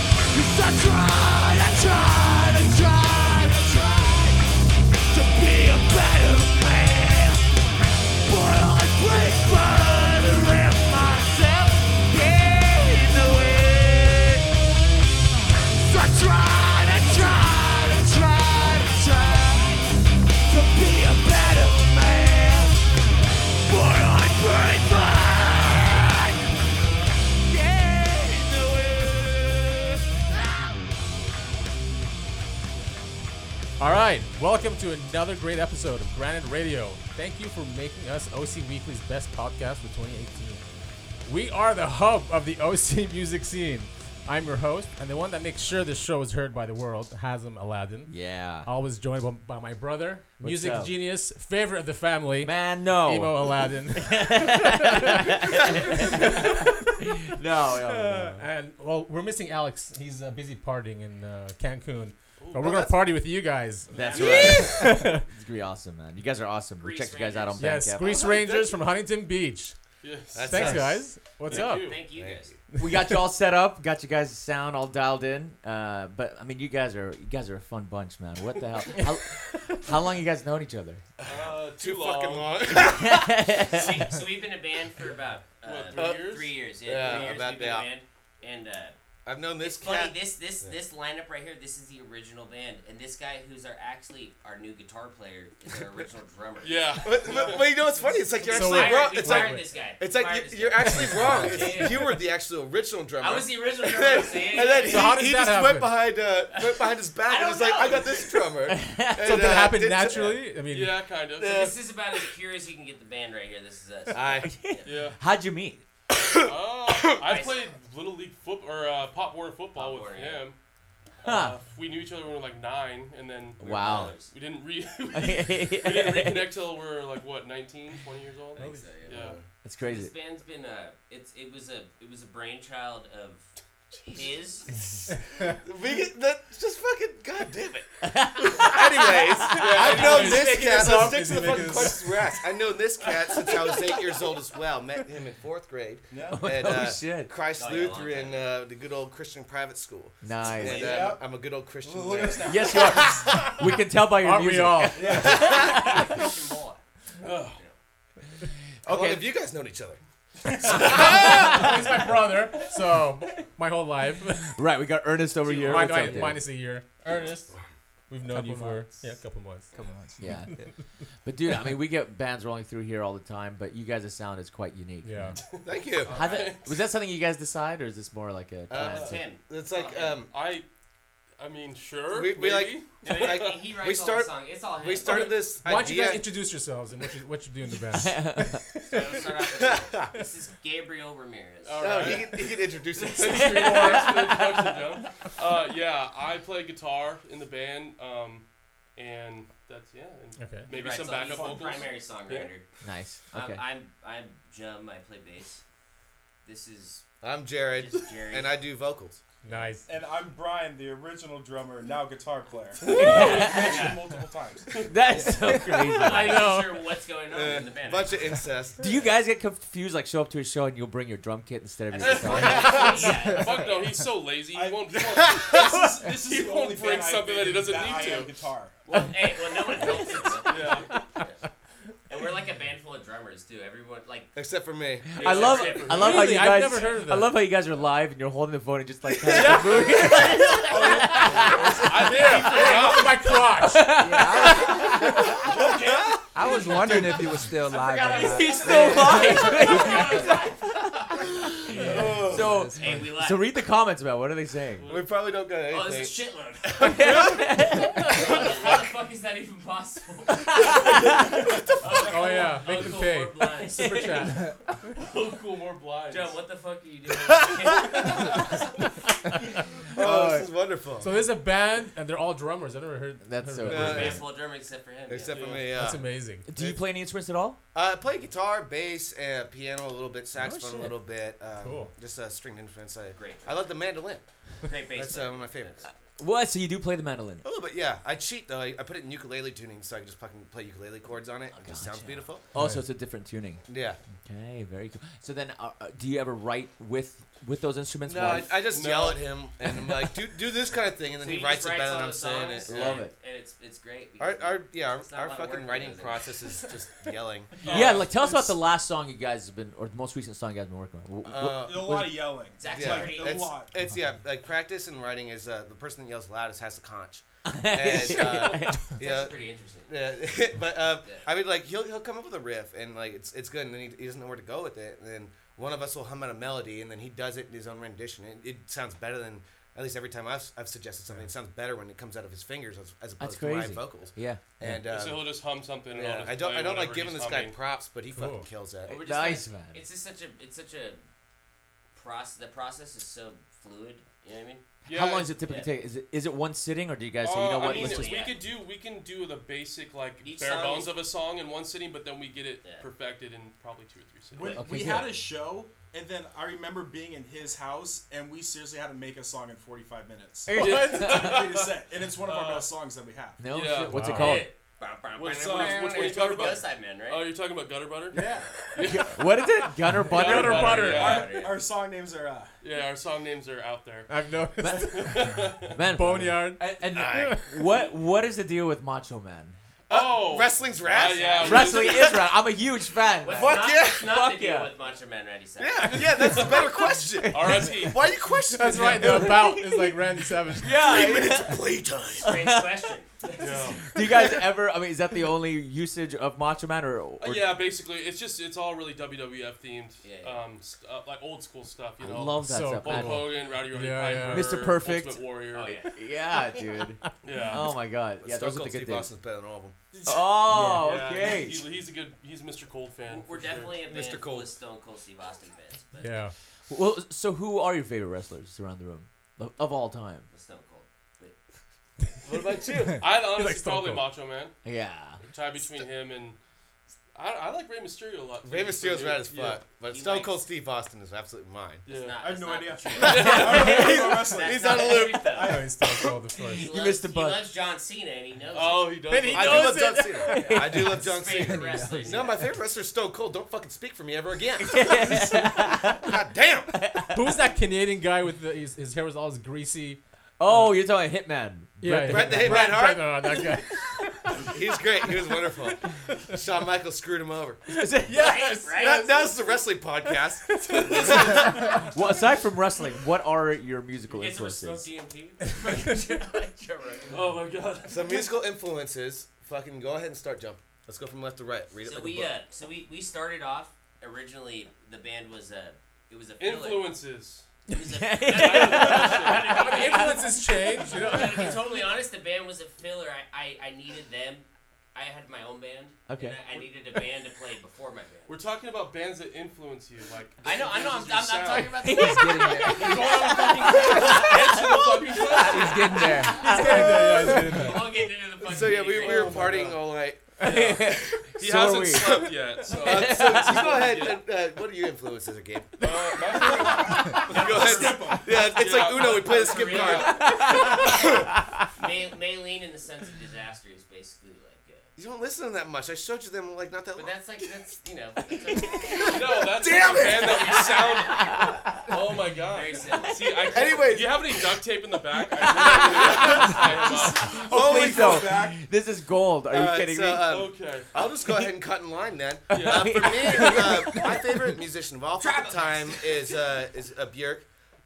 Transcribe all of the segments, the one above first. I tried, I tried, I tried, I tried to be a better man. But I break but I let myself get in the way. So I tried, I tried, I tried, I tried to be a better man. But I break but get in the way. All right, welcome to another great episode of Granite Radio. Thank you for making us OC Weekly's best podcast for 2018. We are the hub of the OC music scene. I'm your host, and the one that makes sure this show is heard by the world, Hazem Aladdin. Yeah. Always joined by, by my brother, music up? genius, favorite of the family, Man, no. Emo Aladdin. No, no, no. and well, we're missing Alex. He's uh, busy partying in uh, Cancun, but we're gonna party with you guys. That's right. it's pretty awesome, man. You guys are awesome. We checked you guys out on Yes, Bandcamp. Grease Rangers from Huntington Beach. That's Thanks, us. guys. What's Thank up? you. Uh, Thank you guys. we got you all set up, got you guys' sound all dialed in. Uh, but I mean, you guys are you guys are a fun bunch, man. What the hell? How, how long you guys known each other? Uh, too, fucking long. so, we- so we've been a band for about uh, What, three uh, years? Three years, yeah. Yeah, three years about we've been that. a band. And uh, I've known it's this funny. cat. This this Yeah. this lineup right here. This is the original band, and this guy who's our actually our new guitar player is our original drummer. yeah. But, but, but you know what's funny? It's like you're So actually wait, wrong. we It's fired like this guy. it's We like fired you- this you're guy. actually wrong. Yeah. It's, you were the actual original drummer. I was the original and drummer. then, see? and then So how he, did he that just happen? went behind uh, went behind his back I and don't was like, know. "I got this drummer." And, Something uh, happened did- naturally. I mean, Yeah, kind of. Yeah. this is about as pure as you can get the band right here. This is us. I Yeah. How'd you meet? Oh, I Nice. played little league foot or uh, pop warner football Pop with Warner, yeah. him. Huh. Uh, we knew each other when we were like nine, and then we were Wow. brothers. We didn't re. we didn't reconnect till we were like what 19, 20 years old. I think so, yeah. Yeah. That's This crazy. band's been a it's it was a it was a brainchild of his. we get, that just fucking goddamn it. Anyways, I've known he's this making cat. this up. Let's stick He's to the making fucking this- questions we're asked. I've known this cat since I was eight years old as well. Met him in fourth grade at Oh, uh, shit. Christ Oh, yeah, long Lutheran, uh, the good old Christian private school. Nice. And uh, I'm a good old Christian. there. Yes, you are. we can tell by your aren't music. we all? Christian Moore. How long Okay. have you guys known each other? He's my brother, so my whole life, Right, we got Ernest over here. Mine- What's up, mine- dude? minus a year. Ernest, we've known you for months. yeah, a couple months. Yeah. But dude, I mean, we get bands rolling through here all the time, but you guys' sound is quite unique. Yeah, Thank you. How the- was that something you guys decide, or is this more like a? Uh, plan It's to- him. It's like um, I, I mean, sure. we, we like, maybe. like He writes we all start the song. It's all him. we started this why don't you guys idea. introduce yourselves and what you what you do in the band? So let's start off with- this is Gabriel Ramirez. All No, right. he can, he can introduce Thanks himself. for the introduction, Joe. Uh, yeah, I play guitar in the band, um, and that's yeah. And Okay. He Maybe writes some all- backup he's the vocals. Primary songwriter. Nice. Okay. Um, I'm I'm Jum. I play bass. This is I'm Jared, just Jerry. and I do vocals. nice. And I'm Brian, the original drummer, now guitar player. Mentioned multiple times. That's so crazy. I'm know. not sure what's going on Uh, in the band. bunch of incest. Do you guys get confused? Like, show up to a show and you'll bring your drum kit instead of your guitar? yeah. Fuck no, he's so lazy. He I- won't. He won't, this is, this is This is he the won't only bring band I've something been that he in doesn't that I need am to. guitar. Well, hey, well, no one helps us. Yeah. And we're like a band full of drummers too. Everyone like. Except for me. I love, I love how you Really? I've guys. never heard of I that. love how you guys are live and you're holding the phone and just like. yeah. I think he forgot. Off my crotch. I was wondering if you were still live or not. He's still live. so, Hey, we left. so read the comments about what are they saying? We probably don't got Oh, this anything. is shitload. how, the, how the fuck is that even possible? Oh yeah, make them Uncle, pay. we're blind. Super chat. Cool, more blind. Jum, what the fuck are you doing? oh, this is wonderful. So there's a band and they're all drummers. I never heard. That's heard so of it. Uh, band full of drummers except for him. yeah. Except for me, That's yeah. amazing. Do you play any instruments at all? Uh, I play guitar, bass, and piano a little bit, saxophone shit. a little bit. Um, Cool. Just uh, stringed instruments. I, Great. I love the mandolin. Great bass. That's uh, one of my favorites. What? So you do play the mandolin? Oh, A little bit, yeah. I cheat though. I, I put it in ukulele tuning, so I can just fucking play ukulele chords on it. It just sounds Gotcha. beautiful. Oh, so it's a different tuning. Yeah. Okay, very cool. So then, uh, uh, do you ever write with with those instruments? No, I, while- I just No. yell at him and I'm like, do do this kind of thing, and then So he you writes just it better than all I'm the saying songs it. and- Love it. And it's it's great. Our, because- our yeah, It's not a our, lot our of fucking work, writing is it? process is just yelling. yeah, like tell us about the last song you guys have been, or the most recent song you guys have been working on. Wh- wh- Uh, There's a lot of yelling. Zach's yeah, already- It's- it's, lot. it's yeah, like practice and writing is uh, the person that yells loudest has the conch. And, uh, It's actually yeah, pretty interesting. Yeah, but uh, I mean, like he'll he'll come up with a riff and like it's it's good, and then he, he doesn't know where to go with it, and then one of us will hum out a melody, and then he does it in his own rendition. It, it sounds better than at least every time I've, s- I've suggested something. It sounds better when it comes out of his fingers as, as That's opposed to my crazy. vocals. yeah. And um, so he'll just hum something. And I'll yeah, just I don't play I don't like whatever giving he's this guy humming. props, but he Cool. fucking kills that. We're just Nice, like- man. It's just such a it's such a process. The process is so fluid. You know what I mean? Yeah, How long does it typically yeah. take? Is it is it one sitting, or do you guys say, you uh, know I what, mean, let's just we yeah. could do we can do the basic like Each bare song bones is- of a song in one sitting, but then we get it Yeah. perfected in probably two or three sittings. When, Okay, we good. had a show, and then I remember being in his house, and we seriously had to make a song in 45 minutes. To complete a set, and it's one of our Uh, best songs that we have. no? Yeah. shit, What's it Wow. called? Which song- which one are Go you to talking about? Ghost Side Man, right? Oh, you're talking about gutter butter? Yeah. What is it? Gunner Butter. Butter, butter. Yeah. Our, our song names are. Uh, Yeah, our song names are out Uh, there. I've noticed. Man, Boneyard. And, and what what is the deal with Macho Man? Oh, Wrestling's uh, rats. yeah, we- Wrestling is right. I'm a huge fan. What's Fuck not, yeah. what's not Fuck the deal yeah. with Macho Man Randy Savage. yeah, yeah, that's a better question. R.I.P. Why are you questioning? That's him? right. The about is like Randy Savage. Yeah. Playtime. Strange question. Yeah. Do you guys ever? I mean, is that the only usage of Macho Man, or, or Uh, yeah, basically, it's just it's all really WWF themed, Yeah, yeah. um, st- uh, like old school stuff. You I know, love that So stuff. Hulk man. cool. Hogan, Rowdy Roddy Yeah, yeah. Piper, Mr. Perfect. Ultimate Warrior. Oh yeah. Yeah, dude. yeah. Oh my god. Yeah, Stone those are the Cold good Steve days. Austin's better than all of them. Oh, Yeah, okay. He's, he's a good. He's a Mr. Cold fan. We're for sure. definitely a band Mr. Mr. Cold. Cold. with Stone Cold Steve Austin fans, but Yeah. Well, so who are your favorite wrestlers around the room of, of all time? with Stone Cold. But What about you? I'd honestly like Stone probably Cold. Macho Man. Yeah. Tie between him and I, I like Rey Mysterio a lot. too. Rey Mysterio's Yeah. rad as fuck, but He Stone likes- Cold Steve Austin is absolutely mine. Yeah. it's not, I have it's no not- idea. that's I don't remember wrestling. He's not on a the loop. truth, though. I always talk all the stories. He You loves- missed a bunch. He loves John Cena and he knows. Oh, he does. Then he like- I do knows love it. John Cena. I do love John His favorite Cena. wrestler. No, my favorite wrestler is Stone Cold. Don't fucking speak for me ever again. God damn. Who's that Canadian guy with the, his, his hair was always greasy? Oh, you're talking Hitman. Yeah, Bret the yeah. Hitman Hart? Bret- no, oh, that guy. He's great. He was wonderful. Shawn Michaels screwed him over. yes. Right? That, that was the wrestling podcast. Well, aside from wrestling, what are your musical It's with Smoke influences? DMT. Joe Rogan. Oh my god. Some musical influences. Fucking go ahead and start jumping. Let's go from left to right. Read it So like we a uh, book. so we, we started off originally. The band was a it was a filler. Influences. It was a, How the influences change, you know? to be totally honest, the band was a filler. I, I, I needed them. I had my own band. Okay. And I, I needed a band to play before my band. We're talking about bands that influence you, like. I know, I know. I'm, I'm, influences I'm talking your about He's the getting there. sound. Fucking classic. He's getting there. He's getting there, yeah, he's getting there. I'll get into the fucking. So yeah, we, we nitty-gritty. were partying all night. He So are hasn't we. slept yet. So. Uh, so, so go ahead. and, Uh, what are your influences again? Uh, my favorite- Go ahead. Yeah, it's like Uno. We play the skip card. May, Maylene in the sense of disaster is basically like. Uh, You don't listen to that much. I showed you them like not that but long. that's like that's you know that's No, that's Damn the it! band that we sound. Oh my very god. simple. See, I can't- Anyways. do you have any duct tape in the back? I really- Holy Please don't. fuck. This is gold. Are you Alright, kidding so, me? um, okay. I'll just go ahead and cut in line then. Yeah. Uh, for me, uh, my favorite musician of all fucking time is uh, is uh, Björk.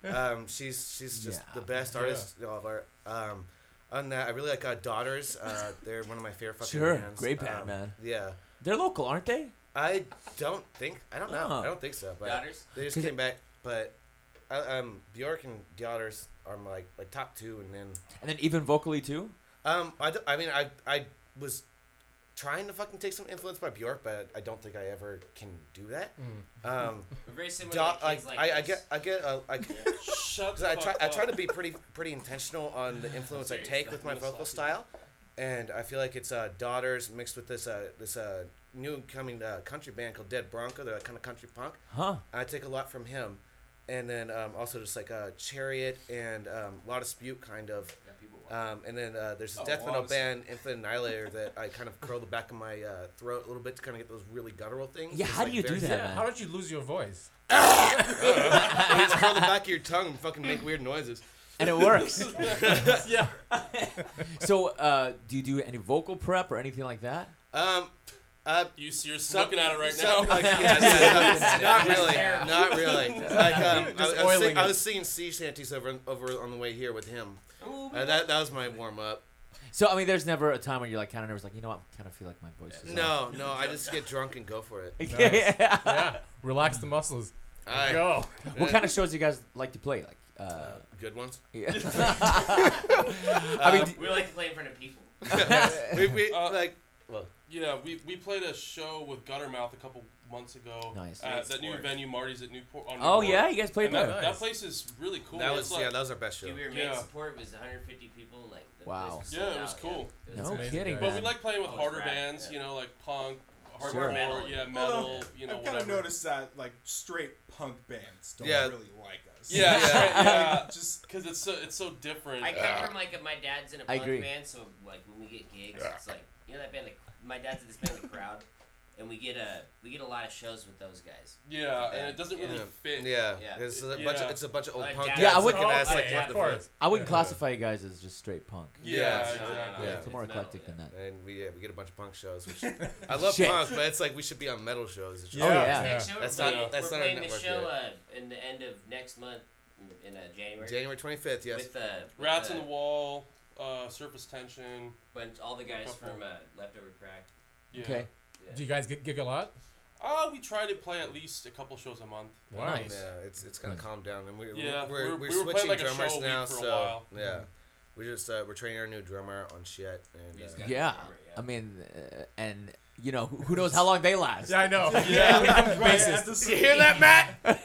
Um, she's she's just Yeah. the best artist of all of our. Um, on that, I really like uh, Daughters. Uh, they're one of my favorite fucking Sure. bands. Great band, Um, man. Yeah, They're local, aren't they? I don't think I don't know. Oh. I don't think so. But Daughters? They just came back, but I, um, Björk and Daughters are my like, my top two, and then And then even vocally too. um, I, don't- I mean, I, I was trying to fucking take some influence by Bjork, but I don't think I ever can do that. Um, We're very similar. do- to I, kids I, I this. get, I get, uh, I, 'cause Shut the I fuck try, I up. try to be pretty, pretty intentional on the influence I Sorry, take I'm with my gonna slap vocal you. style, and I feel like it's uh, daughters mixed with this, uh, this uh, new coming uh, country band called Dead Bronco. They're kind of country punk. Huh. I take a lot from him. and then um, also just like uh, Chariot and um, La Dispute kind of. Yeah, people watch. Um, and then uh, there's a Oh, death metal obviously. band, Infinite Annihilator, that I kind of curl the back of my uh, throat a little bit to kind of get those really guttural things. Yeah, Just, how do like, you do very- that, man? How did you lose your voice? You just curl the back of your tongue and fucking make weird noises. and it works. yeah. so, uh, do you do any vocal prep or anything like that? Um, uh, You seriously So- looking at it right so- now. like, yeah, yeah, no, not really, not really. Like, um, I, was- I was oiling sing, it. I was singing sea shanties over over on the way here with him. Uh, that that was my warm up. So, I mean, there's never a time when you're like kind of nervous, like you know, what? I kind of feel like my voice is. off." No, no, I just get drunk and go for it. yeah. Yeah. Relax the muscles. I, Go. What kind of shows do you guys like to play? Like, uh, good ones? yeah. I mean, Um, We like to play in front of people. we, we, Uh, like Yeah, we, we played a show with Guttermouth a couple months ago. Nice. At that new Newport. venue, Marty's at Newport. On oh Newport. yeah, you guys play And that, there. Nice. that place is really cool. that It's was like- yeah, that was our best show. We were main Yeah. support was 150 people. Like the Wow. place was Yeah, it sold was out, cool. yeah. It was No amazing, kidding. guys. But man. we like playing with Oh, it's harder rap, bands, yeah. you know, like punk, hardcore, Sure. Metal. yeah, Although, metal, you know, I've kind whatever. of noticed that like straight punk bands don't Yeah. really like us. Yeah, Yeah. yeah, yeah. just Because it's so it's so different. I come from like a, my dad's in a I punk agree. band, so like when we get gigs, it's like you know that band. Like my dad's in this band, the crowd, and we get a we get a lot of shows with those guys. yeah, and it doesn't really Yeah. fit. Yeah, Yeah. It's, a bunch Yeah. of, it's a bunch of old Like punk dad- guys Yeah, I would- looking at us Oh, like, yeah, what of the course. I wouldn't Yeah. classify you guys as just straight punk. Yeah, Yeah. exactly. Yeah. It's more metal, eclectic yeah. than that. fuck? And we yeah, we get a bunch of punk shows. Which I love Shit. punk, but it's like we should be on metal shows. It's just- Oh, yeah. Next show, That's we're not- playing, we're that's not our playing the network show uh, yet. in the end of next month in- in uh, January. January 25th, yes. With, uh, with Rats uh, on the wall, uh, surface tension. bunch- all the guys Couple. from uh, Leftover Crack. Yeah. Okay. Yeah. Do you guys get gig a lot? Uh, we try to play at least a couple shows a month. Wow. Nice. Yeah, it's it's kind of calmed down, and we're Yeah, we we're, we're, were- we were playing, switching like, a show drummers a week now, for a so while. yeah, we just uh, we're training our new drummer on shit, and We just uh, got- Yeah. I mean, uh, and you know, who who knows how long they last? Yeah, I know. yeah, right at the you hear that, Matt?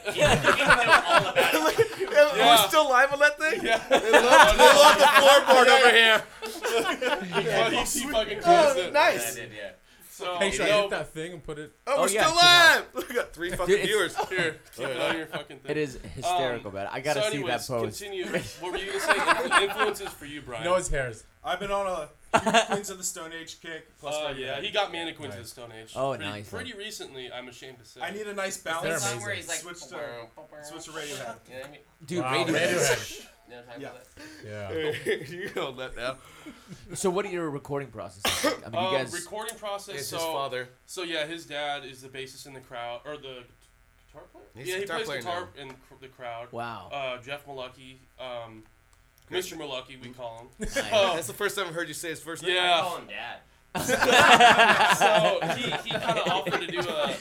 Yeah. We're still live on that thing. Yeah. They love the floorboard over here. he, he fucking kills it. I nice. did, yeah. So, Hey, should I no, hit that thing and put it? Oh, we're Oh, yeah, still live. We got three fucking it's- viewers. here, keep it on your fucking thing. It is hysterical, Um, man. I gotta so see that anyways, post. Continue. What were you gonna say? Influ- Influences for you, Brian? Uh, Nose hairs. I've been on a huge Queens of the Stone Age kick. Plus, Uh, Radiohead. yeah, he got me into Queens of the Nice. Stone Age. Oh, pretty, nice. Pretty recently, I'm ashamed to say. I need a nice They're The balance. song where amazing. he's like, Switch to- uh, Switch to Radiohead. You know what I mean? Dude, Wow, Radiohead. Radiohead. No time Yeah. for that. Yeah. you hold that now. So, what are your recording processes? Like? I mean, Um, you guys. recording process. It's so, his father. so yeah, his dad is the bassist in the crowd or the guitar player. He's yeah, a he guitar plays player guitar now. in cr- the crowd. wow. Uh, Jeff Malucky, um, Great. Mr. Malucky, we call him. Nice. That's the first time I've heard you say his first name. I Yeah. call him dad. so he, he kind of offered to do a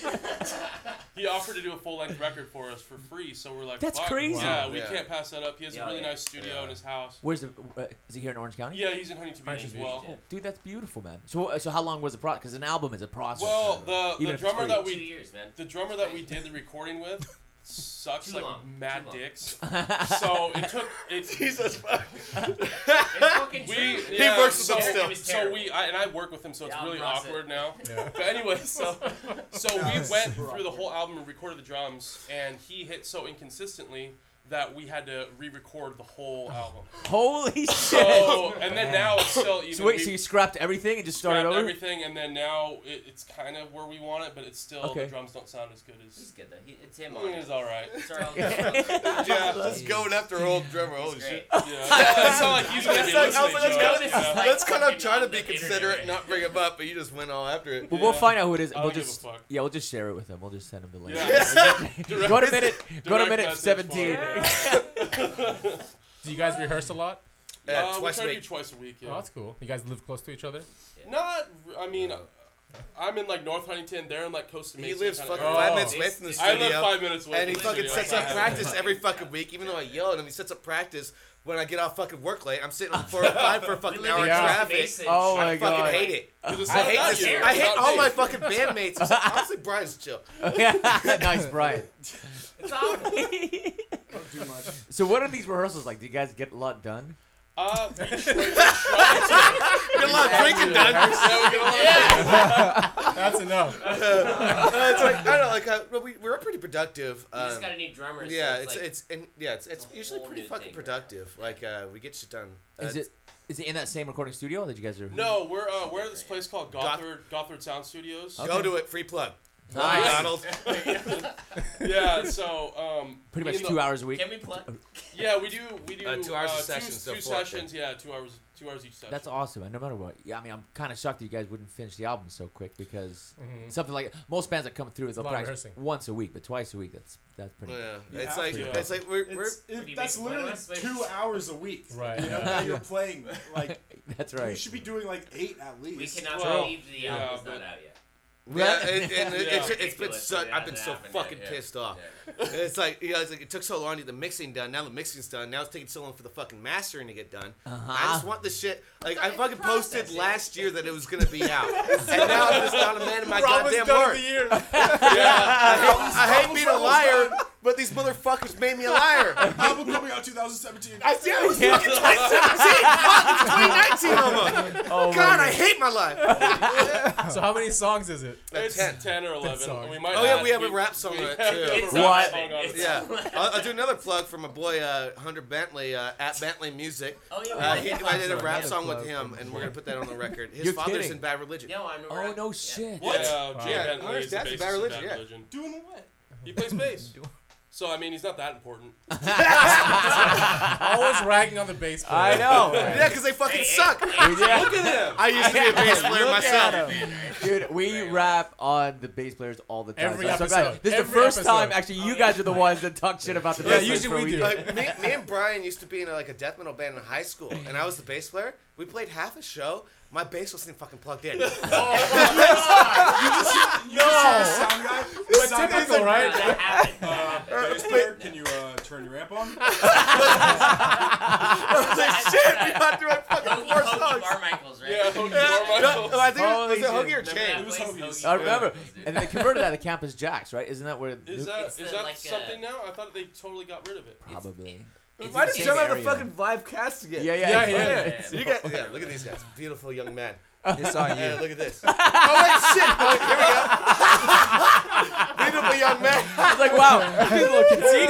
he offered to do a full length record for us for free. So we're like, That's "Fuck, crazy. Yeah, Wow. we Yeah. can't pass that up. He has Yeah, a really yeah. nice studio Yeah. in his house. Where's the? Uh, is he here in Orange County? Yeah, he's in Huntington Beach Huntington as Beach, well. yeah. Dude, that's beautiful, man. So, uh, so how long was the process? Because an album is a process. Well, the, Even if the it's drummer free. that Two we years, man. the drummer that we did the recording with sucks Too like long. mad Too long. dicks. so it took it. Jesus. It's fucking We, true. He yeah, works with so, them still. It was So terrible. we I, and I work with him, so it's Yeah, I'll really cross it. awkward now. Yeah. But anyway, so so No, we it's went super through the awkward. whole album and recorded the drums, and he hit so inconsistently that we had to re-record the Oh. whole album. Holy shit! So, So and then now it's still even. wait, we so you scrapped everything and just started scrapped over? everything, and then now it, it's kind of where we want it, but it's still Okay. the drums don't sound as good He's as. good though. He, it's him on it. It's all right. Sorry, I'll- I'll- Yeah, just going after old drummer. Holy it's shit. great. Yeah, that's not like he's gonna be That's like- I was listening. to like, us, that's kinda- you know? Like Let's kind fucking of try to on be the considerate, internet. and not bring him up, but you just went all after it. Well, we'll Yeah. find out who it is. and I We'll don't give a just fuck. yeah, we'll just share it with him. We'll just send him the link. Yeah. go to minute. Go to minute Direct message Uh, seventeen. Do you guys rehearse a lot? Yeah, Uh, twice we try a to week. do twice a week. Oh, Yeah. that's cool. You guys live close to each other? Not. I mean, I'm in like North Huntington. They're in like Costa He Mesa. lives kinda fucking area. five Oh. minutes away from the I studio. live five minutes away. and he from the fucking studio, sets so I up have- practice every fucking week, even though I yell at him. He sets up practice. When I get off fucking work late, I'm sitting on 405 for a fucking hour in Yeah. traffic. Oh my I fucking god. hate it. 'Cause it's I not hate about this. you, I it's hate about all me. my fucking bandmates. It's like, Honestly, Brian's chill. nice, Brian. It's awful. Don't do much. So what are these rehearsals like? Do you guys get a lot done? Uh, Get a lot of drinking done. That's enough. Uh, it's like I don't know, like uh, well, we we were pretty productive. We just um, got a new drummer. so yeah, it's like, it's and yeah, it's it's a usually whole pretty new fucking thing right productive. Like uh, we get shit done. Uh, Is it is it in that same recording studio that you guys are? no, we're uh, we're at this place called Gothard Gothard Sound Studios. Go to it. Free plug. Nice. Donald. Yeah, so um, Pretty me much and two the- hours a week. Can we plug? Yeah, we do we do Uh, two hours a two- session, so two four, yeah. sessions. Yeah, two hours two hours each session. That's awesome. And no matter what, yeah, I mean, I'm kind of shocked that you guys wouldn't finish the album so quick because something like most bands that come through, they'll Mm-hmm. lot of practice rehearsing. once a week, but twice a week, that's that's pretty. Yeah, You it's have like to. it's like we're we're It's, it, you that's make literally playlist? two hours a week. Right. You know, yeah. that you're playing. Like That's you right. should be doing like eight at least. We cannot Well, believe the yeah, album's but- not out yet. yeah, and, and it- it's, it's been Ridiculous so that I've been that so happened, yeah, fucking yeah. pissed off. It's like you know, it's like it took so long to get the mixing done. Now the mixing's done. Now it's taking so long for the fucking mastering to get done. I just want the shit. Like I It's fucking posted processing. last year that it was gonna be out, and now I'm just not a man in my goddamn done word. the year. I hate being a liar, but these motherfuckers made me a liar. Album coming out 2017. I see, I was fucking 2017, fucking 2019 almost. God, I hate my life. So how many songs is it? it's ten. ten, or eleven. song. We might Oh, yeah, add- we have a rap song we on it, have too. a rap What? song on it. Yeah, I'll, I'll do another plug for my boy uh, Hunter Bentley uh, at Bentley Music. Oh yeah, we Uh, got he, that I did a one. rap Another song with plug him, and we're gonna put that on the record. His You're father's kidding. in Bad Religion. No, I'm. Oh no yeah. shit! What? Yeah, Jay Yeah, Bentley Hunter's is the dad's a bassist bad of religion, Bad yeah. Religion. Doing what? He plays bass. So I mean, he's not that important. Always ragging on the bass player. I know, Oh, Yeah, because they fucking suck. Yeah. I used to be a bass player Look at myself. him. dude. We rap on the bass players all the time. Every so I'm so episode. glad- This is the Every first episode. time, actually, you guys are the ones that talk shit about the Yeah, bass players usually for we a do. week. Like, me, me and Brian used to be in a, like a death metal band in high school, and I was the bass player. We played half a show. My bass wasn't fucking plugged in. No. Sound guy? But Sound guy's typical, like, right? That happened. That uh, happened. bass player, can you uh, turn your amp on? I was like, shit, we got through like fucking Hokey four Pokey songs. Carmichael's, right? Yeah, Remember No, no, I think it was, was it Holy Hoagie or that Chain? was place, Hokey's. I Hokey remember, Carmichael's, dude? and they converted that to Campus Jacks, right? Isn't that where? Is It's that the, is that like, uh, something now? I thought they totally got rid of it. probably? Why did It's Joe have area. the fucking live cast again? Yeah, yeah, Yeah, it's- yeah. Yeah. You got, yeah, look at these guys. Beautiful young men. It's on Yeah, you. look at this. oh, wait, shit. Oh, wait, here we go. Beautiful young man. It's like wow, he's a little conceited. Look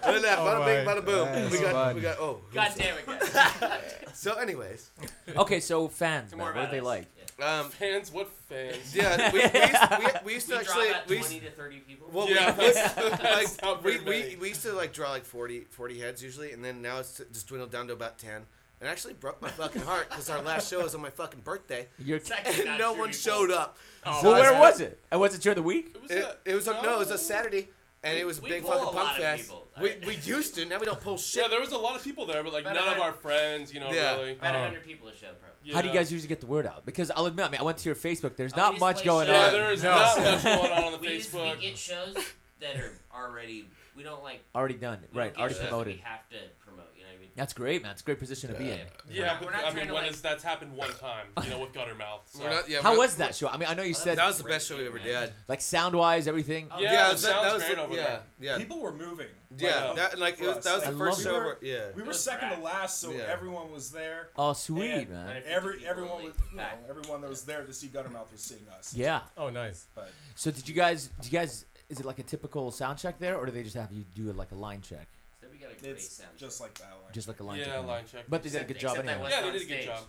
at that. Bada bing, my. bada boom. we That's got, funny. we got, oh. who's God that? damn it, guys. So, anyways, Okay, so fans, Some man, more what are about they us. like? Yeah. um, Fans, what fans? yeah, we, we, used, we, we used We to draw actually, about we, used- 20 to 30 people. well, Yeah, we, that's, that's not we, very we, many. we used to like draw like 40, 40 heads usually, and then now it's just dwindled down to about 10. And actually broke my fucking heart because our last show was on my fucking birthday, You're, It's actually not and no true, one people. showed up. well, where was it? And was it during the week? It was, It, a- it was a, no, it was a Saturday, and it was a We big pull fucking a lot pump of fest. people. We, we used to, now we don't pull Yeah, shit. there was a lot of people there, but like But none of I- our friends, you know, Yeah. really. About Oh. 100 people to show, probably. How do Yeah. you guys usually get the word out? Because I'll admit, I mean, I went to your Facebook. There's Oh, not we much just going play Yeah, shit. on. there is No. not much going on on the We, just, we Facebook. get shows that are already, we don't like. Already done, we don't right? get Already shows that promoted. We have to promote, you know what I mean? That's great, man. It's a great position to be in. Yeah, We're not but I trying mean, to, when like- is- that's happened one time, you know, with Guttermouth. So. We're not- yeah, How we're- was that show? I mean, I know you said That was the best show we ever did. like sound wise, everything. Oh, Yeah, Yeah, it that, sounds that was great the- over yeah, there. yeah, People were moving. yeah. Like, that, and, like it was, that was the I love first show. it. where- yeah, We were was second to rad. last, so Yeah. everyone was there. Oh, sweet, And- man. Every everyone was, you know, Back. everyone that was there to see Guttermouth was seeing us. Yeah. Oh, nice. But So did you guys? Did you guys? Is it like a typical sound check there, or do they just have you do like a line check, So we got a great it's sound. just like that one. just like a line check? Yeah, kinda? line check. But they did a Except- good job except that anyway. one- yeah, they on did a good stage. job.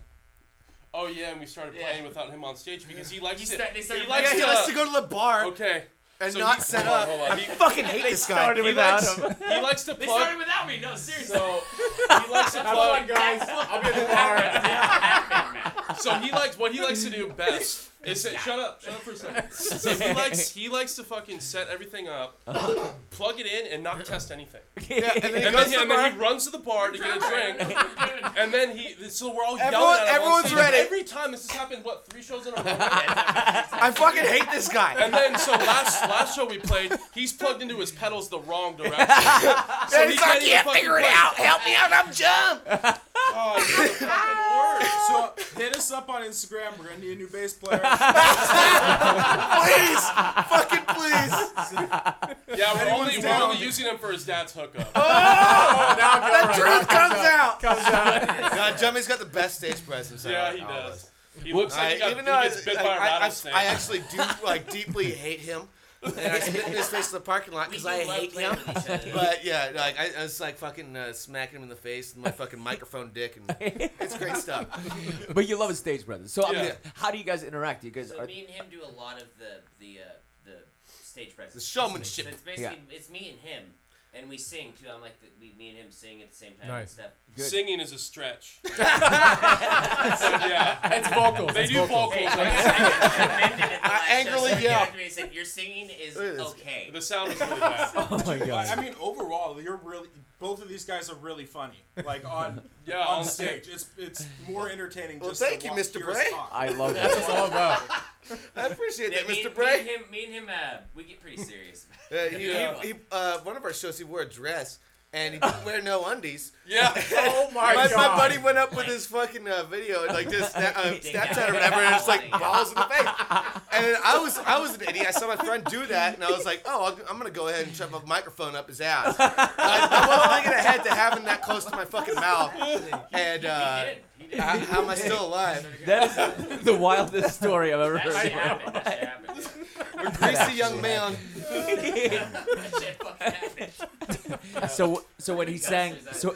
Oh yeah, and we started Yeah. playing without him on stage because he likes He to. start- they started- he yeah. likes He to. likes to go to the bar okay. and so not he- set hold on, up. hold on. I He- fucking hate this guy. He likes, he likes to They plug. started without me. No, seriously. So he likes to plug. guys. I'll be at the bar. So he likes what he likes to do best is to, shut up, shut up for a second. So he likes he likes to fucking set everything up, plug it in, and not test anything. Yeah, and then he And then, goes to he, the and then he bar. runs to the bar to get a drink, and then he. So we're all Everyone- yelling at him. on everyone's stage. ready. Every time this has happened, what three shows in a row. I fucking hate this guy. And then so last last show we played, he's plugged into his pedals the wrong direction. So And he's like, yeah, figure it out. Help me out. I'm dumb. so hit us up on Instagram. We're gonna need a new bass player. Please, fucking please. Yeah, we're only, Anyone's we're only down. using him for his dad's hookup. Oh, now go right. Truth comes out. Comes out. God, Jummy's got the best stage presence. yeah, out he of all of us. does. He looks I, like he, got, even he though I, gets bit I- by a I- I- rattlesnake. I actually do like deeply hate him, and I spit in his face in the parking lot because We I do love hate playing him. with each other. But yeah, like I, I was like fucking uh, smacking him in the face with my fucking microphone dick, and it's great stuff. But you love his stage brothers. So I mean, Yeah. how do you guys interact? Do you guys So are, me and him do a lot of the the uh, the stage presence. The So showmanship. it's basically it's me and him, and we sing too. I'm like the, we, me and him sing at the same time Nice. and stuff. good. Singing is a stretch. so, yeah, It's vocals. they it's do vocals. vocals. I Like, amended it the last show, angrily so he yell. came to me and said, "Your singing is It is. okay." the sound is really bad. Oh my But, I god. mean, overall, you're really both of these guys are really funny. Like on Yeah, on on stage, it's it's more entertaining. Well, just thank to you, watch- Mr. hear us Bray. talk. I love That's what it's that. all about. I appreciate Yeah, that, me, Mr. and- Bray. Me and him, me and him uh, we get pretty serious. Uh, he, Yeah. he, he, uh, one of our shows, he wore a dress and he didn't wear no undies. Yeah. Oh my, my, god. my buddy went up with his fucking uh, video and like just sna- uh, Snapchat or whatever, and it's like balls in the face. And then I was I was an idiot. I saw my friend do that, and I was like, oh, I'll, I'm gonna go ahead and shove a microphone up his ass. I, I wasn't thinking ahead to having that close to my fucking mouth. And uh, he did. He did. how, how am I still alive? That is the wildest story I've ever that shit heard. happened. That shit happened. Greasy young man. That shit fucking happened. so so when he Yes, sang exactly. so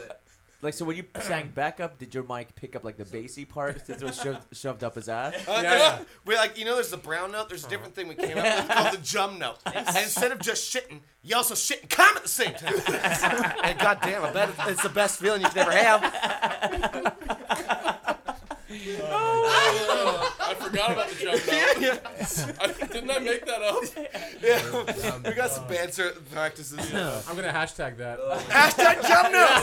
like so when you sang back up, did your mic pick up like the bassy part since it was shoved, shoved up his ass? Uh, Yeah, yeah. We like you know, there's the brown note. There's a different thing we came up with called the jum note. And instead of just shitting, you also shit and come at the same time. and goddamn, I bet it's the best feeling you could ever have. I forgot about the joke. Yeah, Though. yeah. I, didn't I make that up? yeah. we got some bad cer- practices. I'm gonna hashtag that. Hashtag jum note.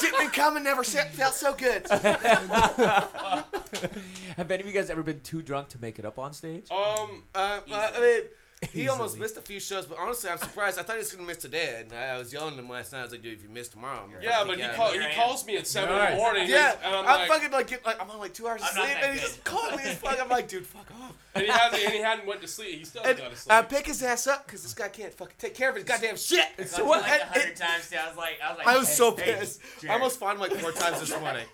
shit and come and never shit felt so good. Have any of you guys ever been too drunk to make it up on stage? Um, Uh, I mean, he almost missed a few shows, but honestly, I'm surprised. I thought he was gonna miss today, and I, I was yelling at him last night. I was like, dude, if you miss tomorrow, I'm yeah, but he, call, Here I he am. calls me at seven in Nice. the morning. Yeah, and I'm, like, I'm fucking like, get, like I'm on like two hours of I'm not sleep, that and he good. just called me as fuck. I'm like, dude, fuck off. and he hadn't, and he hadn't went to sleep. He still And got to sleep. I pick his ass up because this guy can't fucking take care of his goddamn shit. I was what- like a it- hundred it- times. Too. I was like, I was like, I was hey, so hey, pissed. Jared. I almost fought him like four times this morning.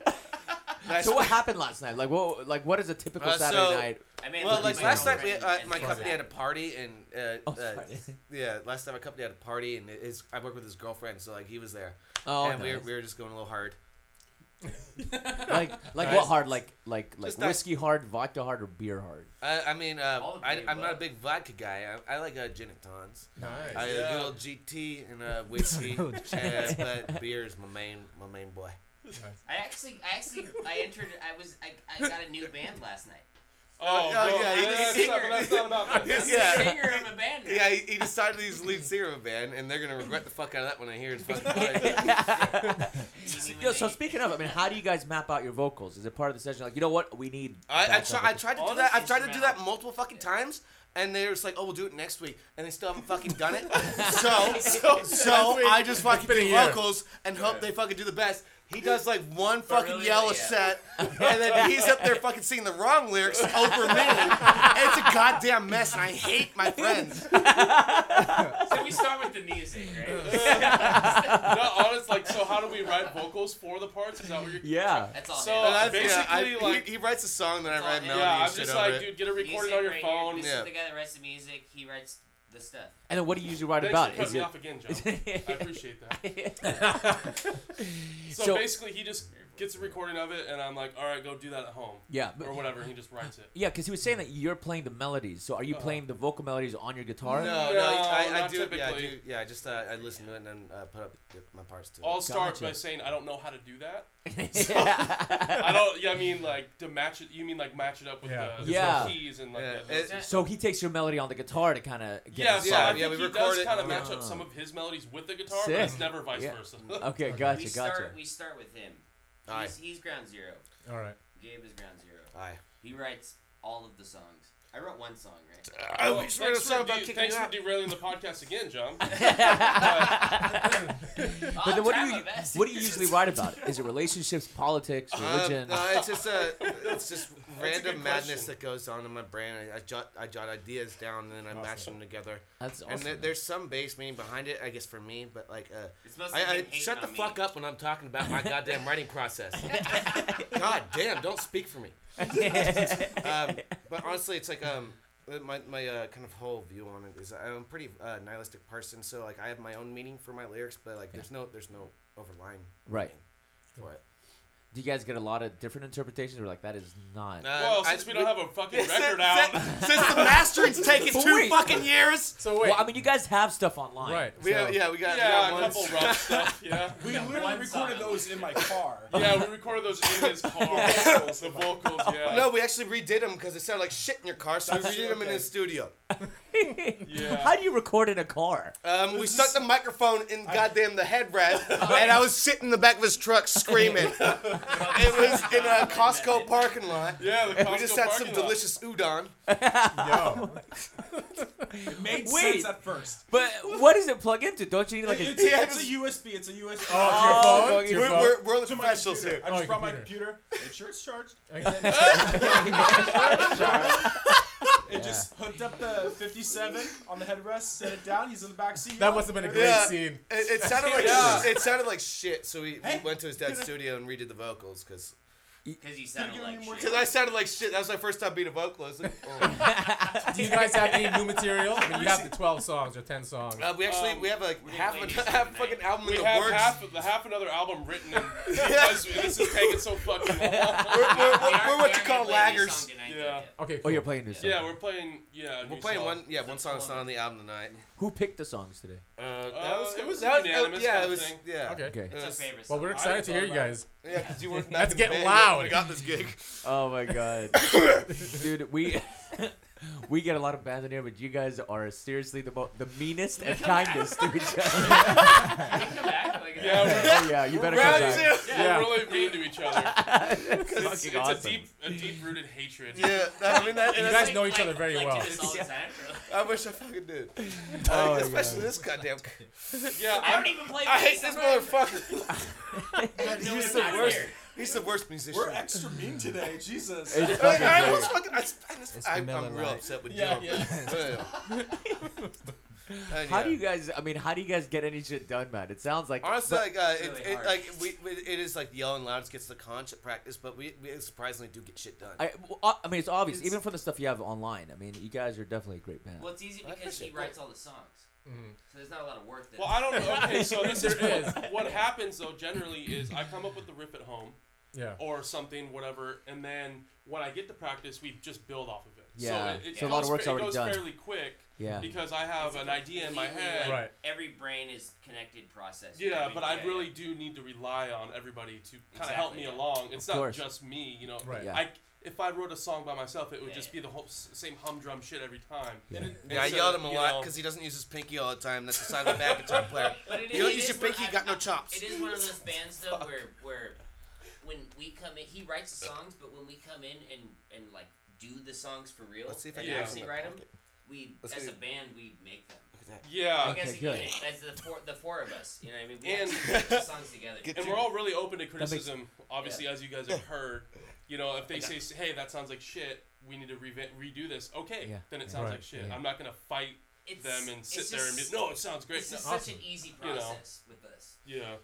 Last- So what happened last night? Like what like what is a typical Uh, so- Saturday night? I made well, love like with last my night, we, girlfriend uh, and my she was company had a out. party, and uh, Oh, uh, sorry. yeah, last time my company had a party, and his, I worked with his girlfriend, so like he was there, Oh, and we were, nice. we were just going a little hard. like like Nice. what hard? Like like like Just not- whiskey hard, vodka hard, or beer hard? I, I mean, uh, All the I, beer, I'm not a bud. big vodka guy. I, I like uh, gin and tons. Nice. I Yeah. yeah. good old GT and uh, whiskey, uh, but beer is my main my main boy. I actually, I actually, I entered. I was, I, I got a new band last night. oh, Oh, no, yeah, he- that's, he- not, that's not about that. I'm the singer of a band. Now. Yeah, he, he decided he's the lead singer of a band, and they're gonna regret the fuck out of that when I hear his fucking voice. Easy when Yo, they- so speaking of, I mean, how do you guys map out your vocals? Is it part of the session? Like, you know what? We need. I, I, backup try, I vocals. tried to do that. I've tried to do that multiple fucking times, and they're just like, "Oh, we'll do it next week," and they still haven't fucking done it. so, so, so I just fucking been a do year. vocals and hope they fucking do the best. He does like one fucking really, yellow yeah. set, and then he's up there fucking singing the wrong lyrics over me. it's a goddamn mess, and I hate my friends. so we start with the music, right? No, honest, like, so how do we write vocals for the parts? Is that what you're? Yeah. That's all. So, him. But that's- yeah, I- Basically, like- uh, he, he writes a song that I write melody Yeah, and I'm shit just over like, it. dude, get it recorded Music on your right here. phone. This Yeah. is the guy that writes the music. He writes the stuff. And then what do you usually write Thanks about? for cutting Is me it? off again, John. I appreciate that. So, So- basically, he just gets a recording of it, and I'm like, all right, go do that at home Yeah. But, or whatever. And he just writes it. yeah, because he was saying that you're playing the melodies. So are Uh-huh. you playing the vocal melodies on your guitar? No, no, No, I, I not do. Yeah, I typically. do. Yeah, I just uh, I listen to it and then uh, put up my parts to it. I'll start Gotcha. by saying I don't know how to do that. Yeah. I don't. Yeah, I mean like to match it. You mean like match it up with Yeah. the, the Yeah. keys and like Yeah, the, it- so he takes your melody on the guitar to kind of get. yeah. it So yeah, I solid. think yeah, we he record does it. kind of match Oh. up some of his melodies with the guitar, Sick. but it's never vice Yeah. versa. Okay, gotcha, we gotcha. start. We start with him. He's, Aye. he's ground zero. All right. Gabe is ground zero. Aye. He writes all of the songs. I wrote one song, right? I Well, wish we were thanks talking for, about de- kicking thanks you for out. derailing the podcast again, John. But then what do I'll try you my best. Uh, what do you usually write about? Is it relationships, politics, Um, religion? no, it's just uh, it's just random good madness question. that goes on in my brain. I, I jot I jot ideas down and then I mash them together. That's And there, awesome. there's some base meaning behind it, I guess, for me. But like, uh, It's mostly I, him I hating shut the on me. fuck up when I'm talking about my goddamn writing process. God damn, don't speak for me. um, but honestly, it's like um, my my uh, kind of whole view on it is I'm a pretty uh, nihilistic person, so like I have my own meaning for my lyrics, but like there's no there's no overlying Right. meaning for it. Do you guys get a lot of different interpretations? Or like that is not. Um, Well, I- since we don't have a fucking record since- out, Since the mastering's taken But two wait. fucking years. So wait, well, I mean, you guys have stuff online. right? We so- have, yeah, we got we yeah, got a couple ones. rough stuff. Yeah, We literally one song. recorded those in my car. yeah, we recorded those in his car. the vocals, yeah, No, we actually redid them because it sounded like shit in your car, so we That's- redid them in okay. the studio. yeah. How do you record in a car? Um, we stuck the microphone in goddamn the headrest, Oh. and I was sitting in the back of his truck screaming. it was in a Costco parking lot. Yeah, the Costco We just had some parking lot. delicious udon. It made Wait. sense at first. But what does it plug into? Don't you need like a It's, Yeah, it's a just- USB. It's a USB. Oh, to your phone? To We're, your phone? we're, we're the to my professionals computer. here. I Oh, just your brought my computer. Make sure it's charged. It just hooked up the 57 on the headrest, set it down. He's in the back seat. that must have been a great Yeah. scene. It, it sounded like Yeah. it sounded like shit. So we, we Hey, went to his could dad's I- studio and redid the vocals because Because you sounded give me like more shit. because I sounded like shit. That was my first time being a vocalist. Like, oh. Do you guys have any new material? I mean, you have the 12 songs or 10 songs. Uh, we actually Um, we have like we half didn't a play half Saturday fucking night. album We in the have works. half, the half another album written, and because this is taking so fucking long. we're, we're, We we're, aren't- we we're what aren't you call gonna play any laggers. song tonight, Yeah. though, Okay. Oh, cool. you're playing new songs. Yeah, we're playing. Yeah, We're new playing song. one yeah one song that's not on the album tonight. Who picked the songs today? Uh, Uh, it was that unanimous yeah, kind it of was thing. yeah. Okay. Okay. It's our favorite Well, we're song. excited to hear you about guys. Yeah, because you weren't. Let's get back in the band loud. when We got this gig. Oh my god, dude, we we get a lot of bands in here, but you guys are seriously the mo- the meanest and kindest to each other. We can come back, like, Yeah, we're, Oh yeah, you better come Round back. two. Yeah. we're really mean to each other. It's, Fucking it's awesome. a deep, a deep-rooted hatred. Yeah, that, I mean that. You guys and that's- know each other very like, well. Like, all the time, bro. I wish I fucking did. Like, Oh, my especially God. this goddamn. Yeah, I I'm, don't even play. I hate bass, this I'm not- motherfucker. I'm doing He's it the back worst. here. He's the worst musician. We're extra mean today. Jesus. It's Like, fucking I great. almost fucking. I, It's I, I'm vanilla real life. upset with Yeah, Joe. Uh, How yeah. do you guys? I mean, how do you guys get any shit done, man? It sounds like Honestly, like uh, It's it, really it, hard. like we, we, it is like the yelling loudest gets the conch at practice, but we, we surprisingly do get shit done. I, well, o- I mean, it's obvious, It's- even from the stuff you have online. I mean, you guys are definitely a great band. Well, it's easy I because he appreciate writes all the songs, Mm-hmm. so there's not a lot of work there. well, I don't know. Okay, so this is There is. what, what happens though. Generally, is I come up with the riff at home Yeah. or something, whatever, and then when I get to practice, we just build off of it. Yeah, so, it, it so a lot of goes work's fa- it already goes done. fairly quick. Yeah. Because I have an idea in my head. Right. Every brain is connected process. you know what Yeah, mean? but I Yeah, really yeah. do need to rely on everybody to kind of help Exactly, me yeah. along. It's Of not course. just me, you know. Right. Yeah. I, if I wrote a song by myself, it would Yeah, just yeah. be the whole s- same humdrum shit every time. Yeah. And it- yeah, I so, uh, yell at him a you lot know, because he doesn't use his pinky all the time. That's the sign of a bad guitar player. But it You don't is- use it your is one- pinky, you I- got no chops. It is one of those bands though where where when we come in, he writes the songs, but when we come in and and like do the songs for real, Let's see if I and can actually open write that them. We Let's as see. a band we make them. Yeah. I guess Okay, you could- good. as the four the four of us, you know what I mean. We And- actually write the songs together. Get And you- we're all really open to criticism, obviously, as you guys have heard. You know, if they Yeah. say, s- "Hey, that sounds like shit," we need to revi- redo this. Okay, Yeah. then it sounds Right, like shit. yeah. I'm not gonna fight It's- them and it's sit there and be, just- "No, it sounds great." This No, is such an easy You know. process with us. yeah.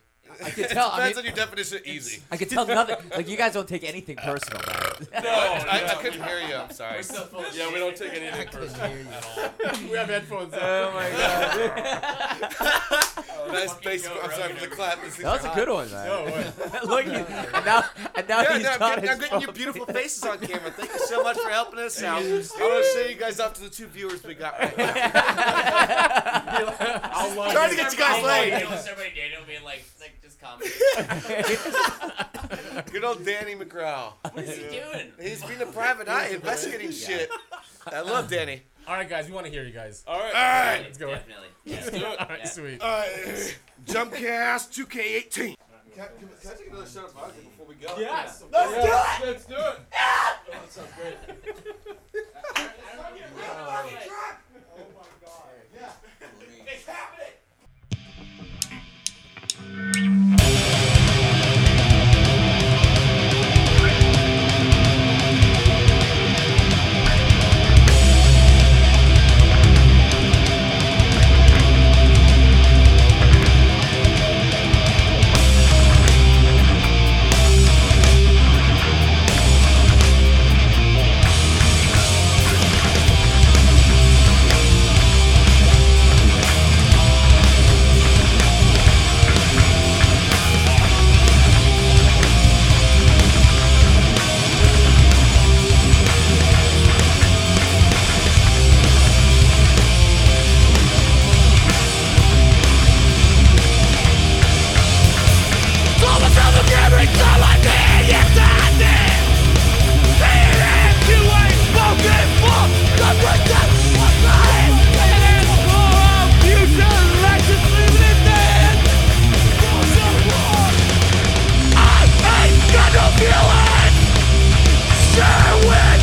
I can tell. I Depends mean, on your definition of easy. I can tell nothing. Like, you guys don't take anything personal, man. No, I, I yeah. couldn't hear you. I'm sorry. oh, We're so full of Yeah, we shit. don't take anything personal at all. we have headphones. Oh my god. That's fucking basically. Joe I'm sorry Rogan for the over clap. This That was a good one, man. No, what? Look, you- and now, and now Yeah, he's no, I'm got getting, I'm his getting your phone. beautiful faces on camera. Thank you so much for helping us out. I want to show you guys off to the two viewers we got right now. I'll log Trying in. to get you guys Everybody laid. knows everybody Daniel being like, like just comment. Good old Danny McGraw. What is he doing? He's being a private eye investigating shit. I love Danny. All right, guys, we want to hear you Oh, guys. All right. Alright. Let's go. Definitely. Yeah. All right, Yeah. sweet. Alright. Jumpcast 2K18. Yes. Let's do it. Let's do it. It's happening! oh, uh,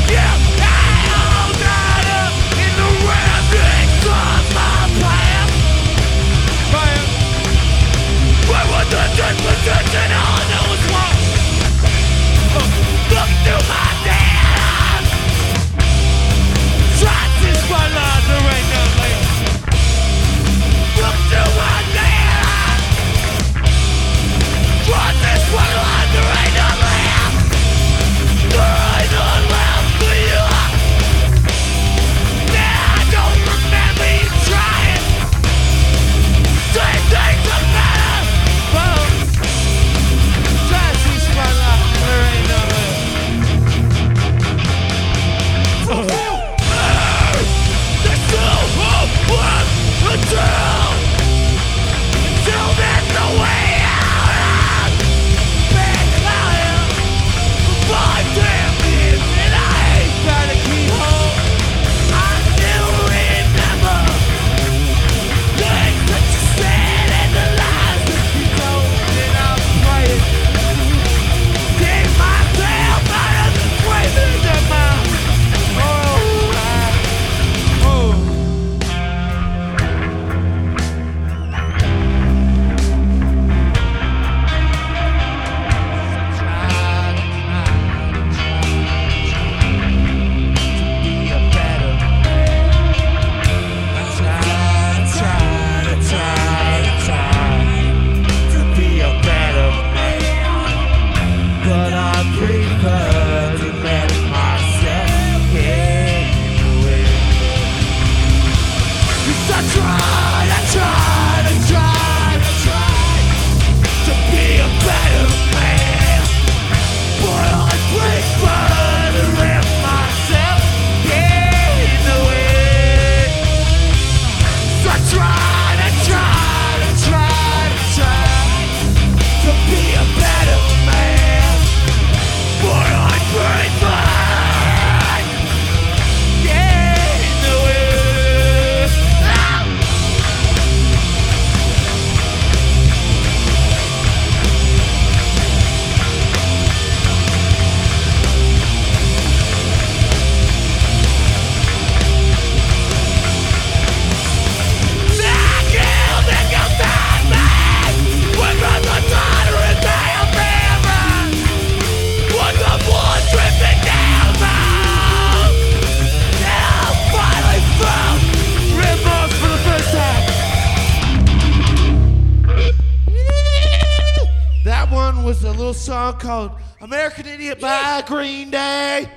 called American Idiot by Green Day.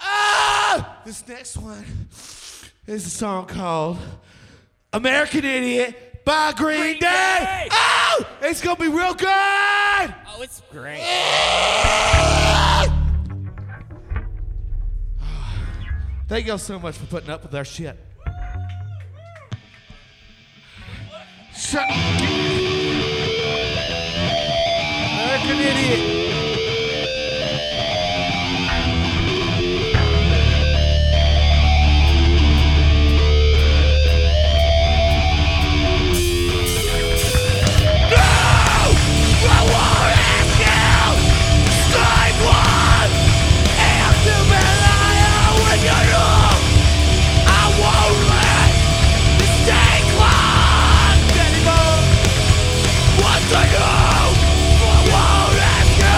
Ah! This next one is a song called American Idiot by Green, Day. Oh! It's gonna be real good! Oh, it's great. Ah! Thank y'all so much for putting up with our shit. Shut American Idiot. Let's go!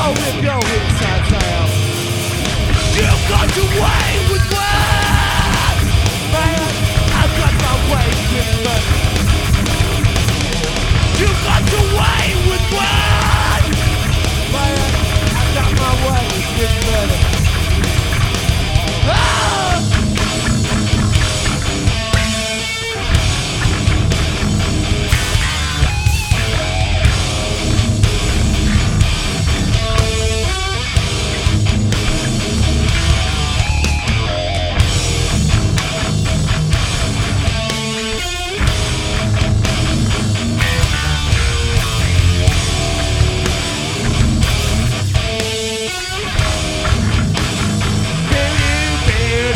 I'll rip your insides out. You got your way with words, man. I got my way with words. You got your way with words, man. I got my way with words. Ah! It's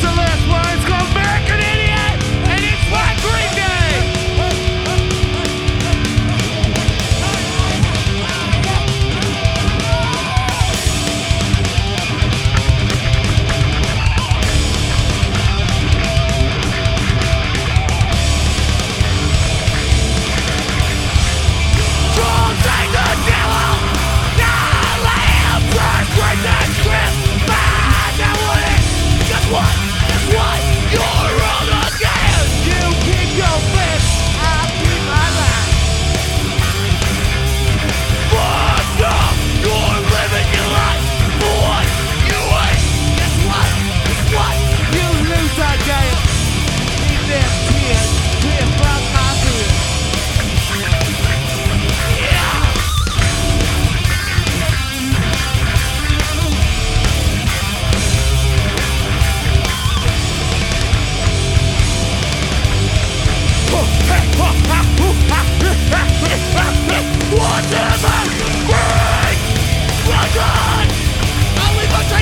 the last one. It's called American Idiot, and it's by Green Day. Don't take the devil. Now let him burn with the script. Man, that wouldn't. Guess what? Guess what? You're wrong again. You keep your fist. I keep my line. Fuck up. You're living your life. Boy, you ain't. Guess what? Guess what? You lose again. Need them tears. Tears from my beard. Yeah.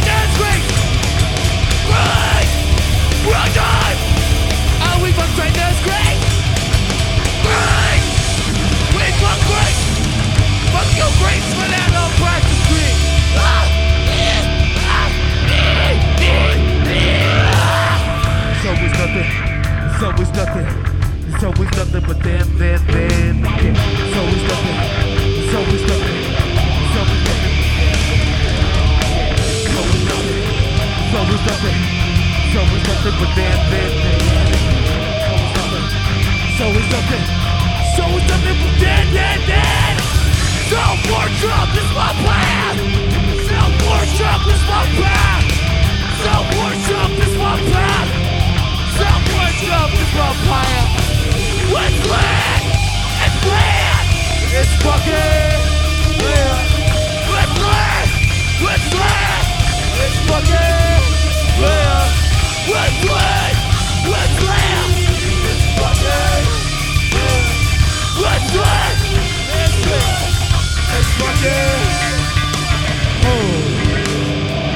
Oh, So it's nothing. It's always nothing but them, them, them. Yeah. It's always nothing. It's always nothing. It's always nothing. It's always nothing. It's always nothing. It's always nothing but them, them, them. It's always nothing. It's always nothing but them, them, them. Self-worship is my path. Self-worship is my path. Self-worship is my path. Self-worship is my path. It's lit! It's lit! It's fucking lit! It's lit! It's lit! It's fucking lit! It's lit! It's lit! It's fucking lit! It's lit! It's lit! It's fucking Oh.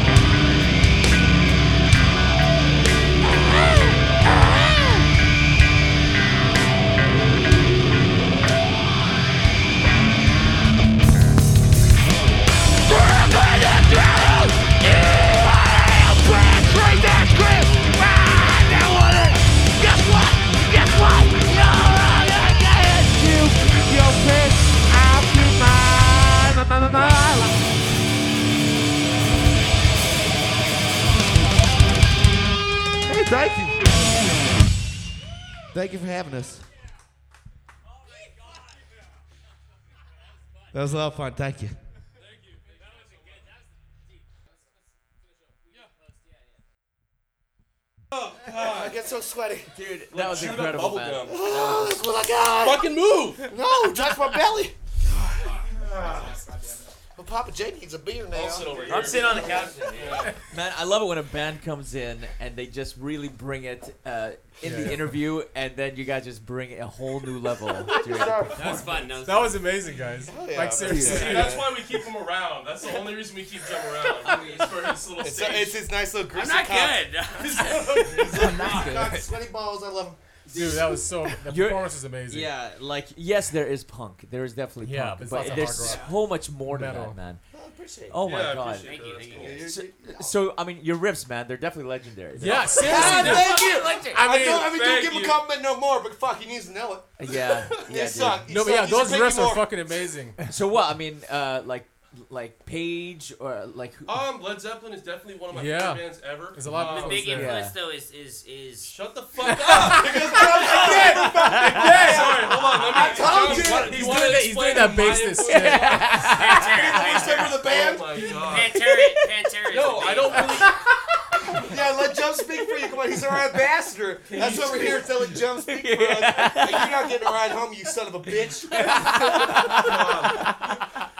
Thank you. Thank you for having us. That was a lot of fun. Thank you. I get so sweaty. Dude, that was Shoot up incredible, bubble man. gum. Oh, that's what I got. Fucking move. No, that's my belly. But Papa Jake needs a beer now. I'll sit over here. I'm sitting on the couch. Yeah. Man, I love it when a band comes in and they just really bring it uh, in the interview, and then you guys just bring a whole new level. to it. That was fun. That was That was amazing, guys. yeah. Like seriously. Dude, that's why we keep him around. That's the only reason we keep him around. It's for his little It's, stage. it's his nice little I'm greasy not cock. good. God, sweaty balls. I love 'em. Dude, that was so. The You're- performance was amazing. Yeah, like yes, there is punk. There is definitely Yeah, punk, but it's but lots of there's hard rock. so much more to Metal. that, man. I appreciate it. Oh yeah, I my god. appreciate Thank you, that. That's thank cool. you. You're- So, you're- so I mean, your riffs, man, they're definitely legendary. Yeah, Ah, seriously. dude. thank you. I I mean, don't, I mean, don't thank give him a you. compliment no more, but fuck, he needs to know it. yeah, yeah. They dude. suck. He no, but suck. yeah, He should those pick you riffs are more. fucking amazing. So what? I mean, uh, like like Page or like who? Um, Led Zeppelin is definitely one of my Yeah. favorite bands ever. There's a lot of Um, people- Big Yeah. influence though is is is Shut the fuck up! Because Sorry, hold on. Let me. I told you. He's doing that- he's doing that bassist shit. Pantera, the band. Oh my god. Pantera. Pantera. is No, the I big- don't really. Yeah, let Jump speak for you. Come on, he's our ambassador. That's why we're here to let Jump speak for us. Like, you're not getting a ride home, you son of a bitch.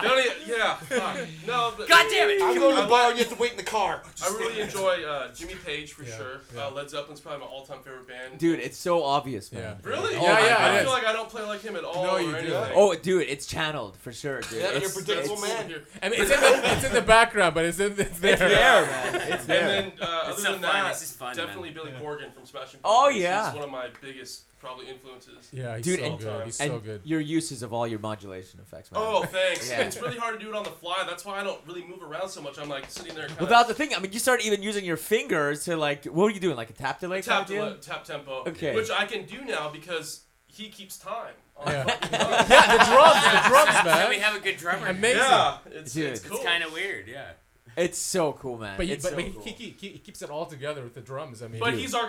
don't e- yeah. Fuck. No. but- God damn it! I'm going to the bar and you have to wait in the car. I really enjoy uh, Jimmy Page for Yeah, sure. yeah. Uh, Led Zeppelin's probably my all-time favorite band. Dude, it's so obvious, man. Yeah. Really? Yeah, yeah, I, it feel is. like I don't play like him at all. Oh No, you or do. anything. Oh, dude, it's channeled for sure, dude. Yeah, you're It's- a predictable That's- man. I mean, it's in the it's in the background, but it's in it's there. it's And there. then, uh, It's other so than fun. that, This is fun, definitely man. Billy Corgan from Smashing. Oh, Pumpkins. yeah. He's one of my biggest probably influences. Yeah, he's Dude, so and- good. He's and so good. your uses of all your modulation effects, man. Oh, thanks. Yeah. It's really hard to do it on the fly. That's why I don't really move around so much. I'm like sitting there. Kind Without the thing, I mean, you start even using your fingers to like, what were you doing? Like a tap delay? tap, kind of to- tap tempo, Okay. which I can do now because he keeps time. on Yeah. fucking drums. Yeah, the drums, the drums, Then we man. have a good drummer. Amazing. yeah, it's, Dude. it's It's cool. It's kind of weird, yeah. deal? It's so cool, man. But, he, it's but, so but he, cool. he, he, he keeps it all together with the drums. I mean, but he's our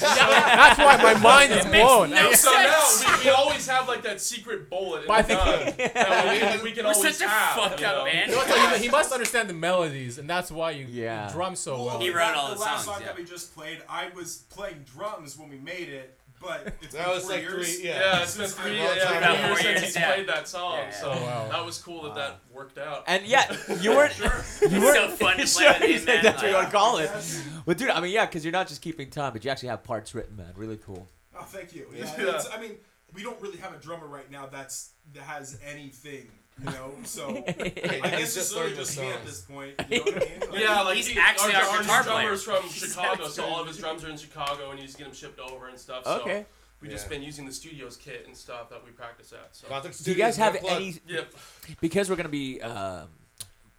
that's why my mind is blown. no So now we, we always have like that secret bullet in But I the gun that we, we can We're always such a have. fuck you know? up man. You know what, he, he must understand the melodies, and that's why you Yeah. drum so well. He wrote all the the last songs, song that yeah. we just played, I was playing drums when we made it, but it's That been was four like years. three, yeah. Yeah, it's been three, yeah, About four yeah, years since years, he's yeah. played that song, Yeah, yeah. so Wow. that was cool that that worked out. and yeah, you weren't. You It's weren't so fun to play sure, with him, man. That's what you want Like- to call it. Well, dude, I mean, yeah, because you're not just keeping time, but you actually have parts written, man. Really cool. Oh, thank you. Yeah. Yeah, It's, uh, I mean, we don't really have a drummer right now that's that has anything, you know. So I guess just it's really learned the just me at songs. this point. You know what I mean? Like, yeah, like He's he, actually our, our our guitar drummer's from Chicago, so all of his drums are in Chicago, and he's getting them shipped over and stuff. So Okay. we've just Yeah. been using the studio's kit and stuff that we practice at. So Gothic Do you Studios, guys have no plug. any? yep. Because we're gonna be um,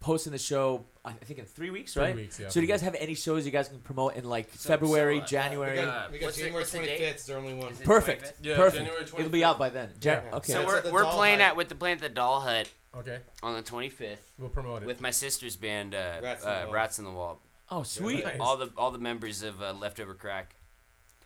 posting the show, I think in three weeks, Three right? weeks, yeah. So, do you guys have any shows you guys can promote in like So- February, so, uh, We January? got, we got What's the- January what's the date? 25th. Is there only one? Is it Perfect. 25th? Yeah, Perfect. January It'll be out by then. Jan- Yeah. Okay. So So it's we're, at the we're Doll playing Hut. at with the playing at the Doll Hut Okay, on the 25th we'll promote it. with my sister's band uh, Rats Rats, in the uh, Wall. Rats in the Wall. oh, sweet, Nice. All the all the members of uh, Leftover Crack.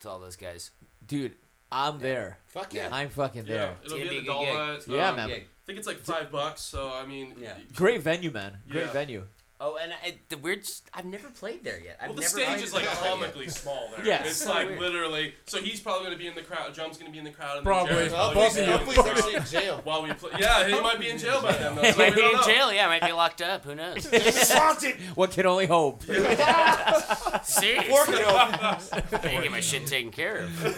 To all those guys. dude. I'm there. Fuck yeah. I'm fucking Yeah, there. it'll It's gonna be be at a the good Doll gig. Hut, Yeah, um, man. gig. I think it's like five bucks, so I mean, Yeah. Great venue, man. Great Yeah. venue. Oh, and I, the weird. s- I've never played there yet. I've Well, the never stage played is like there. comically small there. Yeah. It's So like weird. literally. So he's probably gonna be in the crowd. Jum's gonna be in the crowd. And Probably. Then Jared's Well, probably hopefully, gonna be in hopefully the he's actually crowd in jail. While we play. Yeah, he might be in jail by then. Though, so we Might be don't in know. jail. Yeah, might be locked up. Who knows? Wanted. One can only hope. Seriously. Working on. I gotta get my shit taken care of.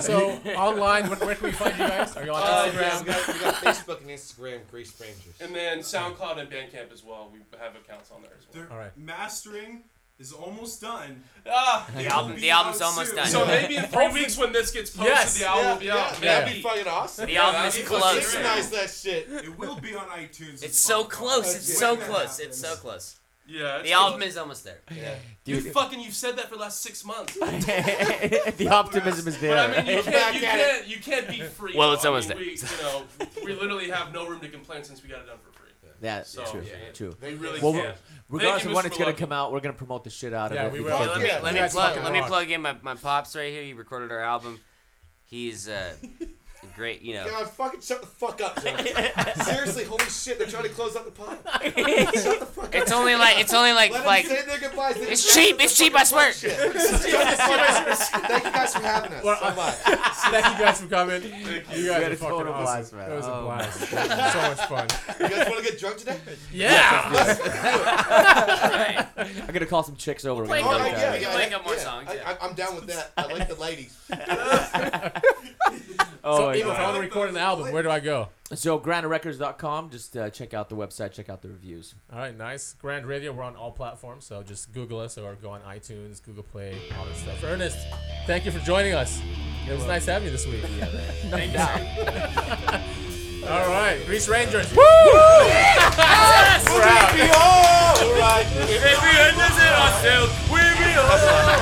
so online, where, where can we find you guys? Are you on Uh, Instagram? Yes, we got, we got Facebook and Instagram, Grease Rangers. And then SoundCloud and Bandcamp as well. We have accounts on there as well. they're- All right. Mastering is almost done. Ah, The album, the album's almost done. so maybe in three weeks when this gets posted, Yes. the album will be yeah, out. yeah, Maybe. that'd be fucking awesome. the album is that'd be close. fucking great. Synchronize that shit. It will be on iTunes. It's so close. It's When so that close. It's so happens. close. Yeah. The album is almost there. Yeah. You Dude, fucking. You've said that for the last six months. But the optimism is there. I mean, you right? can't. You Back at it. can't. You can't be free. Well, though. it's I almost mean, there. We, you know, we literally have no room to complain since we got it done for free. That's So, true. yeah. True. We really Well, can't. Regardless you, of when Mr. it's gonna Lucky. come out, we're gonna promote the shit out of Yeah, it. we if will. can. Let me, Yeah, let you me guys plug fucking let me rock. plug in my, my pops right here. He recorded our album. He's uh, great. You know, God, fucking shut the fuck up, John. Seriously, holy shit, they're trying to close up the pod. shut the fuck up. it's only like it's only like Let like them say their goodbyes. They It's deserve cheap, the it's cheap, fucking I swear. fuck shit. Thank you guys for having us Well, so I- much. Thank you guys for coming. You We guys had are a fucking total blast, awesome. man. It was a Oh, blast. so much fun. You guys want to get drunk today? Yeah. I'm gonna call some chicks over. Play We're gonna All Alright, right, work yeah, out. we can make up more songs, I, yeah. I, I'm down with that. I like the ladies. Oh, so, my Eagle, if God. I want to record an album, where do I go? So granarecords.com, just uh, check out the website, check out the reviews. All right, nice. Grand Radio, we're on all platforms, so just Google us or go on iTunes, Google Play, all that stuff. Ernest, thank you for joining us. It was nice having you this week. thank you, sir. all right, Grease Rangers. Woo! Be all right. If we end this in ourselves, we will.